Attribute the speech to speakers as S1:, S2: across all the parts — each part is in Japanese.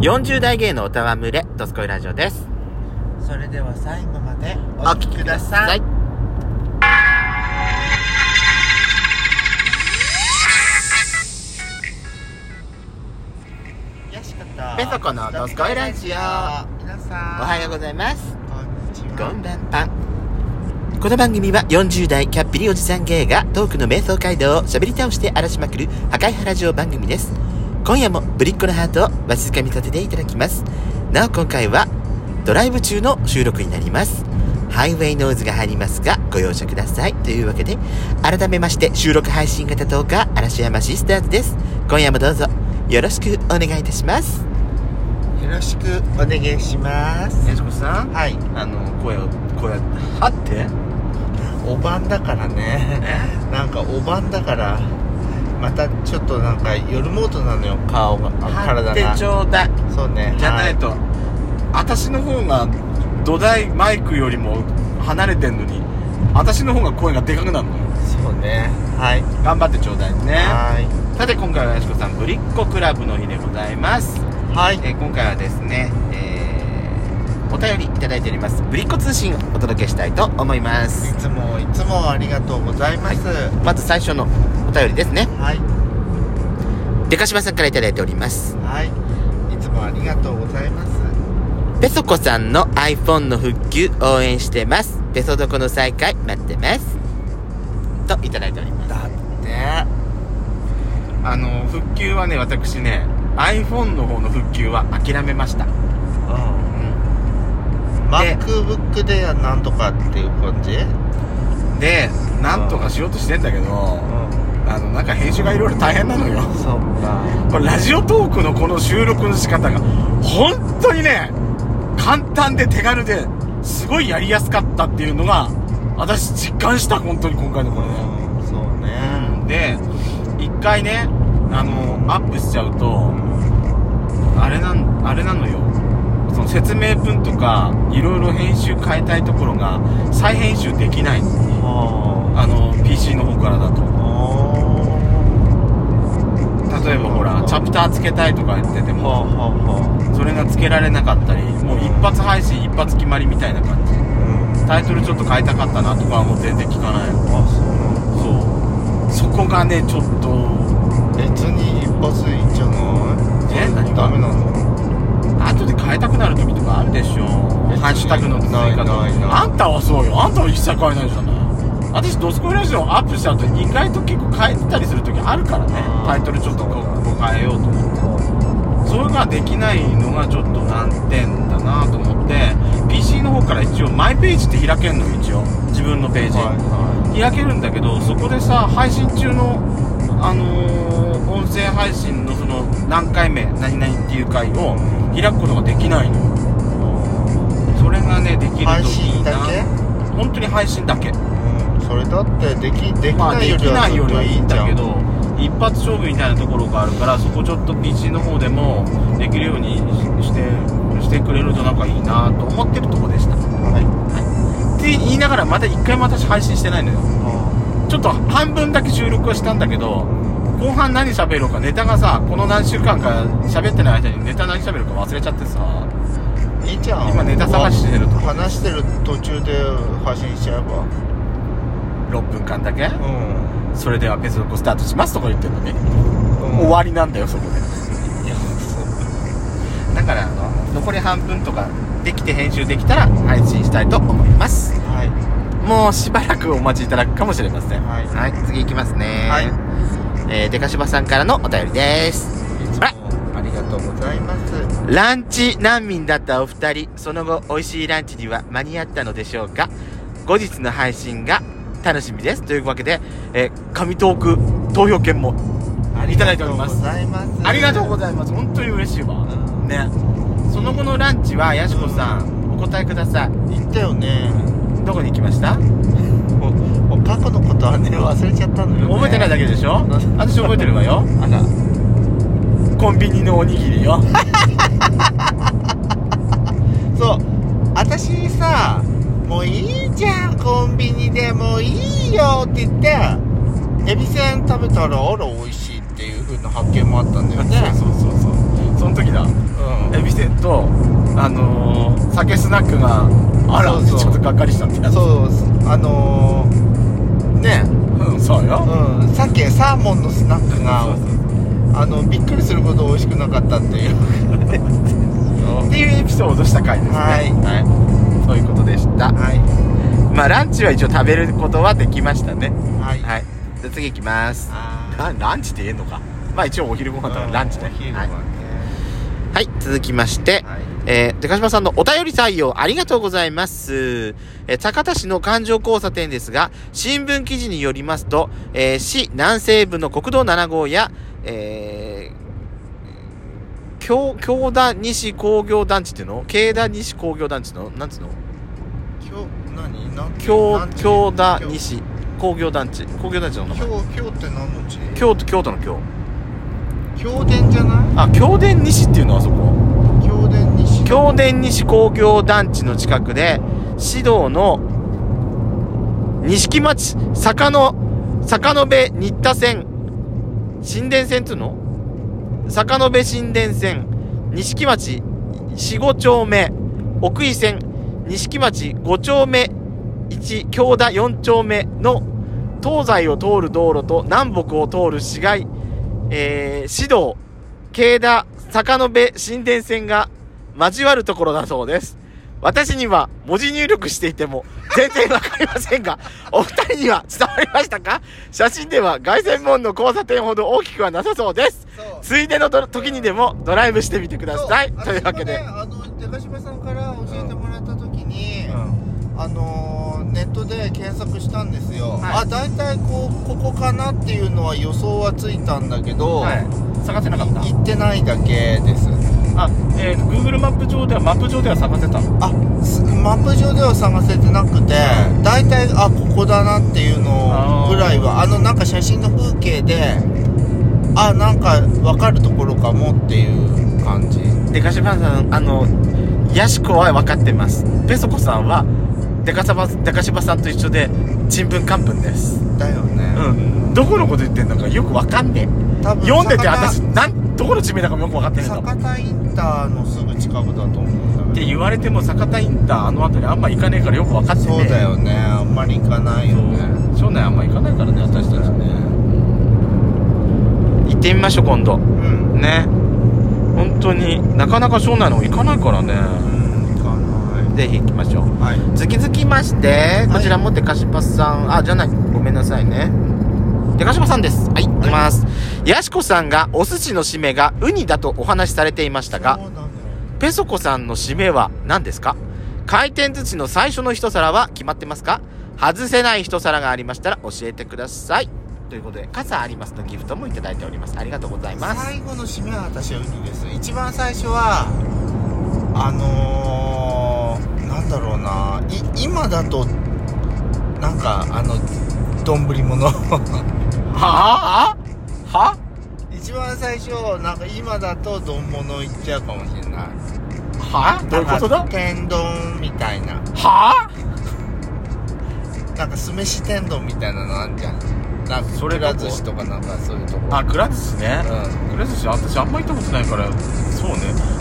S1: 40代芸の歌は群れ、ドスコイラジオです。
S2: それでは最後までお
S1: お
S2: 聞きください。よしこと
S1: ペソコのドスコイラジオ
S2: 皆さ
S1: お
S2: ん
S1: はようございます。
S2: こんにち
S1: こ
S2: は
S1: んばんぱん。この番組は40代キャッピリおじさん芸がトークの瞑想街道を喋り倒して荒らしまくる破壊原城番組です。今夜もぶりっ子のハートをわしづかみ立てていただきます。なお今回はドライブ中の収録になります。ハイウェイノイズが入りますがご容赦ください。というわけで改めまして収録配信型10日嵐山シスターズです。今夜もどうぞよろしくお願いいたします。
S2: よろしくお願いします
S1: そこさん、
S2: はい
S1: あの、声を、声、はって
S2: お晩だからねなんかお晩だからまたちょっとなんか夜モードなのよ顔があ体
S1: 張っ
S2: が
S1: てちょうだい
S2: そうね
S1: じゃないと、私の方が土台マイクよりも離れてんのに私の方が声がでかくなるのよ
S2: はいそうねはい
S1: 頑張ってちょうだいね
S2: は
S1: さて今回はやしこさんぶりっ子クラブの日でございます
S2: いはい
S1: えー今回はですね、えーお便りいただいておりますぶりっ子通信をお届けしたいと思いま
S2: い
S1: す
S2: つもいつもありがとうございますは
S1: まず最初のお便りですね
S2: い
S1: でかしばさんからいただいております
S2: はい、い、つもありがとうございます
S1: ペソコさんの iPhone の復旧応援してます。ペソドコの再開待ってます。といただいております。
S2: だって
S1: あの、復旧はね、私ね、iPhone の方の復旧は諦めました。うで
S2: MacBook でなんとかっていう感じ
S1: ん、で、なんとかしようとしてんだけど、
S2: う
S1: あの、なんか編集がいろいろ大変なのよ。
S2: んそうか
S1: これラジオトークのこの収録の仕方が、本当にね、簡単で手軽で、すごいやりやすかったっていうのが、私実感した、本当に今回のこれね。
S2: うんそうね
S1: で一回ねあのアップしちゃうとあれなんあれなのよその説明文とかいろいろ編集変えたいところが再編集できない
S2: は
S1: あの PC の方からだと
S2: あは
S1: 例えばほらチャプターつけたいとか言ってて
S2: あはあ
S1: も
S2: は
S1: それがつけられなかったりもう一発配信一発決まりみたいな感じ
S2: あうん
S1: タイトルちょっと変えたかったなとかはもう全然聞かない
S2: あそうなの
S1: そうそこがねちょっと
S2: 別に一発でいいんじゃない
S1: え
S2: そんな
S1: 何が
S2: ダメなの
S1: 後で変えたくなる時とかあるでしょ
S2: 別に
S1: ハッシュタグの使い方
S2: ないないない
S1: あんたはそうよあんたは一切変えないじゃない私ドスコイラジオアップした後に意外と結構変えてたりする時あるからね
S2: あー
S1: タイトルちょっとこう変えようと思ってそれができないのがちょっと難点だなと思って PC の方から一応マイページって開けんの一応自分のページ、
S2: は
S1: 開けるんだけどそこでさ配信中のあのー音声配信のその何回目何々っていう回を開くことができないのよ
S2: いは
S1: それがねでき
S2: い
S1: ると
S2: 配
S1: いい
S2: 信
S1: な
S2: だけ
S1: 本当に配信だけ
S2: うんそれだってできでき
S1: まあ
S2: な
S1: で
S2: いよ
S1: き
S2: りは
S1: ない
S2: ず
S1: よ
S2: っ
S1: り
S2: と
S1: はい
S2: い
S1: いん
S2: じゃ
S1: だ
S2: ん
S1: けど一発勝負みたいなところがあるからそこちょっと PC の方でもできるようにししてしてくれるとなんかいいなと思ってるとこでしたって
S2: はい
S1: 言いながらまだ一回も私配信してないのよちょっと半分だけ収録はしたんだけど後半何喋ろうかネタがさこの何週間か喋ってない間にネタ何喋るか忘れちゃってさ
S2: いいじゃん
S1: 今ネタ探してるとこ
S2: 話してる途中で配信しちゃえば
S1: 6分間だけ
S2: うん
S1: それではペソコスタートしますとか言ってるのに終わりなんだよそこで
S2: りいやそう
S1: だからあの残り半分とかできて編集できたら配信したいと思います
S2: はい
S1: もうしばらくお待ちいただくかもしれません
S2: はい
S1: 次いきますね
S2: はい
S1: えー、でかしばさんからのお便りです
S2: いつもありがとうございます
S1: ランチ難民だったお二人、その後美味しいランチには間に合ったのでしょうか後日の配信が楽しみです。というわけで、えー上東区投票券もいただいております
S2: ありがとうございます
S1: ありがとうご
S2: い
S1: ざいます。本当に嬉しいわ。
S2: うん
S1: ね。その後のランチは、やしこさん、お答えください。
S2: ます言ったよね
S1: どこに行きました
S2: もうもう過去のことはね忘れちゃったのよ、ね、
S1: 覚えてないだけでしょ私覚えてるわよ。
S2: あら
S1: コンビニのおにぎりよ。
S2: そう私さ「もういいじゃんコンビニでもういいよ」って言ってエビせん食べたらあら美味しいっていう風な発見もあったんだよ ね
S1: そうそうそうそう。その時だ。
S2: うん
S3: 店とあのー酒スナックがあら
S2: そうそう
S3: ちょっとがっかりしたんだよ
S2: そうあのー、ね
S3: うんそうよ、
S2: うんさっきサーモンのスナックが
S3: そうそう
S2: あのびっくりするほど美味しくなかったっていう
S3: そうっていうエピソードした回ですね
S2: はい
S3: はい、そういうことでした
S2: はい
S1: まあランチは一応食べることはできましたね
S2: はい
S1: はいじゃあ次行きます
S2: あ
S3: ラランチって言えんのかまあ一応お昼ご
S2: ー
S3: 飯だからランチ
S2: お
S3: ね
S2: 昼は
S3: はい
S2: ね
S1: はい続きまして、
S2: はい
S1: えー、でかしまさんのお便り採用ありがとうございます。えー、高田市の環状交差点ですが、新聞記事によりますと、えー、市南西部の国道7号や、えー、京、京田西工業団地っていうの京田西工業団地のなんつうの
S2: 今日何何
S1: 京、京田
S2: 今日
S1: 西工業団地。工業団地の名前。
S2: 今日今日って何の地
S1: 京都、京都の京。
S2: 京電じゃない
S1: あ、京田西っていうのはあそこ。
S2: 京電西
S1: 京田西工業団地の近くで、市道の錦町、坂の、坂の部新田線、新田線っていうの坂の部新田線、錦町四五丁目、奥井線、錦町五丁目一京田四丁目の東西を通る道路と南北を通る市街、えー、市道、京田、坂の部新田線が交わるところだそうです。私には文字入力していても全然わかりませんが、 お二人には伝わりましたか写真では凱旋門の交差点ほど大きくはなさそうです。
S2: そう
S1: ついでのど時にでもドライブしてみてください。
S2: そう
S1: というわけで
S2: 私。もねあの出島さんから教えてもらった時に、
S3: うん
S2: あのーネットで検索したんですよ、
S3: は
S2: あ
S3: い
S2: 大体こうここかなっていうのは予想はついたんだけど、
S3: はい探せなかった
S2: 行ってないだけです
S3: あえー、Google マップ上ではマップ上では探せたの
S2: あすマップ上では探せてなくて大体あここだなっていうのぐらいはあのなんか写真の風景であなんか分かるところかもっていう感じ
S1: でかしばさん、あの、ヤシコは分かってます。ペソコさんは、でかさば、でかしばさんと一緒で、ちんぷんかんぷんです。
S2: だよね、
S3: うんどこのこと言ってんだかよくわかんねえ
S2: 多分
S3: 読んでて
S2: 魚
S3: 私なんどこの地名だかもよくわかってねえんだもんっ
S2: 酒田インターのすぐ近くだと思うんだけど
S3: て言われても酒田インターあの辺りあんま行かねえからよくわかってねえ
S2: そうだよねあんまり行かないよね
S3: そう庄内あんま行かないからね私たちね
S1: 行ってみましょう、今度。
S2: うん
S1: ね。本当になかなか庄内の方行かないからね。
S2: うん行かな
S1: ぜひ行きましょう。
S2: いはい
S1: 続きまして、こちらもデカシパさん、あ、じゃない、ごめんなさいね。デカシパさんです。はい、行きます。ヤシコさんがお寿司の締めがウニだとお話しされていましたが、
S2: そうなのよ
S1: ペソコさんの締めは何ですか回転寿司の最初の一皿は決まってますか外せない一皿がありましたら教えてください。ということで、傘ありますのギフトもいただいております。ありがとうございます。
S2: 最後の締めは私はウニです一番最初はあのー、なんだろうない今だとなんかあの丼もの
S3: はあは
S2: 一番最初なんか今だと丼物いっちゃうかもしれない
S3: はどういうことだ
S2: なん
S3: は
S2: か天丼みたいな
S3: あ
S2: なんか酢飯天丼みたいなのあんじゃんなんか
S3: それ
S2: く
S3: が
S2: ら
S3: こう
S2: 寿司とかなんかそういうとこ
S3: あくら寿司ね
S2: う
S3: くら寿司私あんま行ったことないからそうね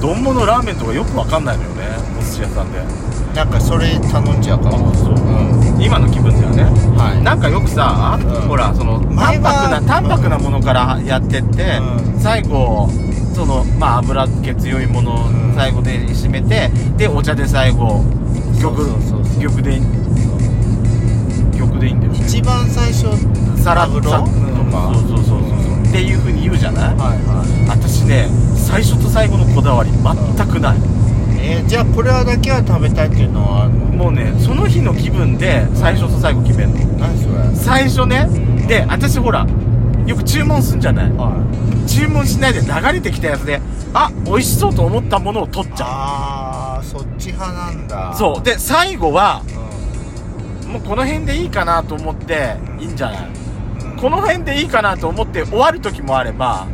S3: 丼物ラーメンとかよくわかんないのよねお寿司屋さんで
S2: んなんかそれ頼んじゃうかも
S3: そう
S2: うん
S3: 今の気分だよね
S2: はい
S3: なんかよくさ、
S2: うん
S3: ほらその
S2: 前
S3: 淡
S2: は
S3: 白な淡白なものからやってって、
S2: う
S1: 最後、その、まあ、油っ気強いものを
S2: うん
S1: 最後で締めて、で、お茶で最後、玉、玉で、玉でいいんだよね。
S2: 一番最初
S1: サラ
S2: ブ
S1: ブ
S2: ロ
S1: ロ
S2: とか
S1: そうそうそうそう。っていう風に言うじゃない
S2: はいは
S1: 私ね最初と最後のこだわり全くない
S2: いえーじゃあこれはだけは食べたいっていうのはあるの
S1: もうねその日の気分で最初と最後決めるの
S2: 何それはい
S1: 最初ねで私ほらよく注文すんじゃない注文しないで流れてきたやつであ美味しそうと思ったものを取っちゃ
S2: ああそっち派なんだ
S1: うそうで最後は
S2: う、
S1: もうこの辺でいいかなと思っていいんじゃない
S2: うんうん
S1: この辺でいいかなと思って終わる時もあれば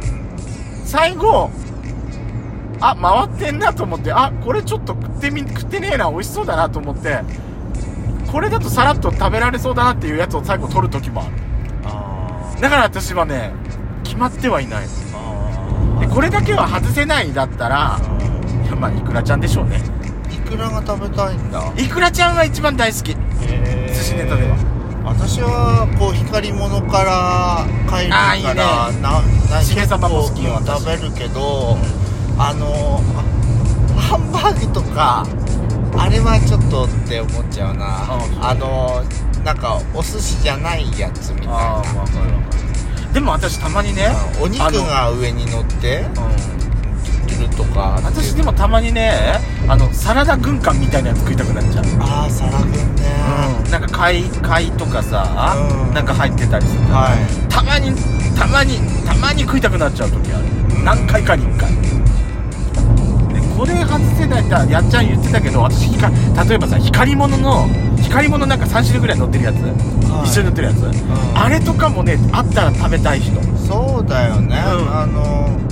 S1: 最後あ回ってんなと思ってあこれちょっと食ってみ食ってねえな美味しそうだなと思ってこれだとさらっと食べられそうだなっていうやつを最後取る時もある
S2: あー
S1: だから私はね決まってはいない
S2: あ
S1: で
S2: ー
S1: これだけは外せないだったら
S2: あ
S1: いやまあイクラちゃんでしょうね
S2: いくらが食べたいんだ
S4: イクラちゃんが一番大好き
S1: 寿司ネタでは
S2: 私はこう光り物から帰る
S4: あー
S2: から
S4: いいね
S2: なな
S1: しげさまも好きよ
S2: 結構
S1: 私
S2: 食べるけどあのあハンバーグとかあれはちょっとって思っちゃうな
S1: あそう
S2: あのなんかお寿司じゃないやつみたい
S1: あ
S2: な
S1: あまあこれはでも私たまにね
S2: お肉が上に乗って
S1: あのうん
S2: るとかっていう
S1: 私でもたまにねあのサラダ軍艦みたいなやつ食いたくなっちゃう
S2: ああサラ軍ね、
S1: なんか貝貝とかさ、
S2: うん
S1: なんか入ってたりする
S2: はい
S1: たまにたまにたまに食いたくなっちゃう時ある、
S2: ん
S1: 何回かに1回でこれ外せないってやっちゃん言ってたけど私ひか例えばさ光り物の光り物なんか3種類ぐらい乗ってるやつ、
S2: い
S1: 一緒に乗ってるやつ、
S2: ん
S1: あれとかもねあったら食べたい人
S2: そうだよね、
S1: うん
S2: あのうん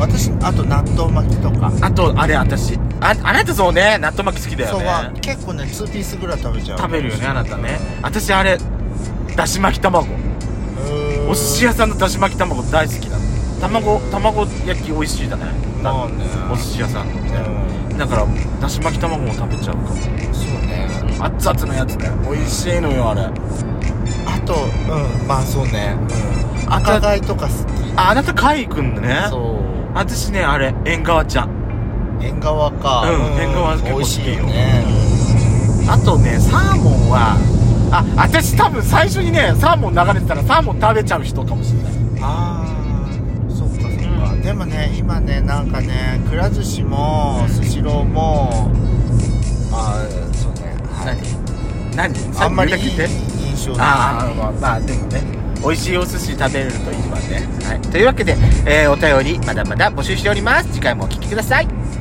S2: 私あと納豆巻きとか
S1: あとあれ私ああなたそうね納豆巻き好きだよ
S2: そうは
S1: ね
S2: 結構ね2ピースぐらい食べちゃう
S1: 食べるよねあなたね私あれだし巻き卵お寿司屋さんのだし巻き卵大好きなの卵卵焼き美味しいだね
S2: まあね
S1: お寿司屋さんのね
S2: う
S1: だからだし巻き卵も食べちゃうかも
S2: そうね
S1: 熱々のやつね美味しいのよあれ
S2: あとうんまあそうね、うん、赤貝とか好き
S1: ああなた海くんだね
S2: そう
S1: 私ねあれ縁側ちゃん
S2: 縁側か
S1: うん縁側結構好きよ
S2: 美味しいよね
S1: あとねサーモンはあ私多分最初にねサーモン流れてたらサーモン食べちゃう人かもしれない
S2: ああそっかそっか、でもね今ねなんかねくら寿司もスシローもああそうねはい
S1: 何何
S2: あんまりいい
S1: さっき言うだけ言って
S2: 印象
S1: あ
S2: ない
S1: ーまあまあでもね美味しいお寿司食べれるといいわね、はい、というわけで、えーお便りまだまだ募集しております次回もお聞きください